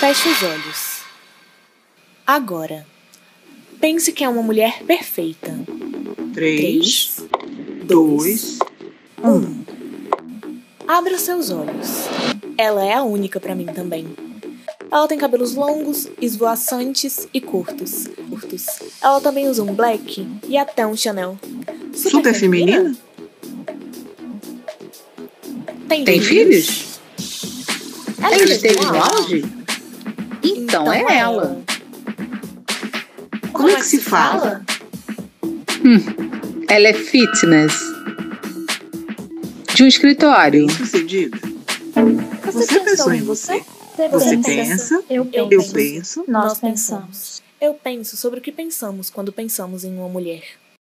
Feche os olhos. Agora, pense que é uma mulher perfeita. Três, dois, um. Abra seus olhos. Ela é a única pra mim também. Ela tem cabelos longos, esvoaçantes e curtos. curtos. Ela também usa um black e até um Chanel. tá Super feminina? Tem, Tem filhos? Ela Ela esteve esteve no lá? auge? um Então, é ela. Como, é que se fala? Ela é fitness. De um escritório. Bem sucedida. Você, Você pensou em você? Você pensa, Eu penso. eu penso, Nós pensamos. Eu penso sobre o que pensamos quando pensamos em uma mulher.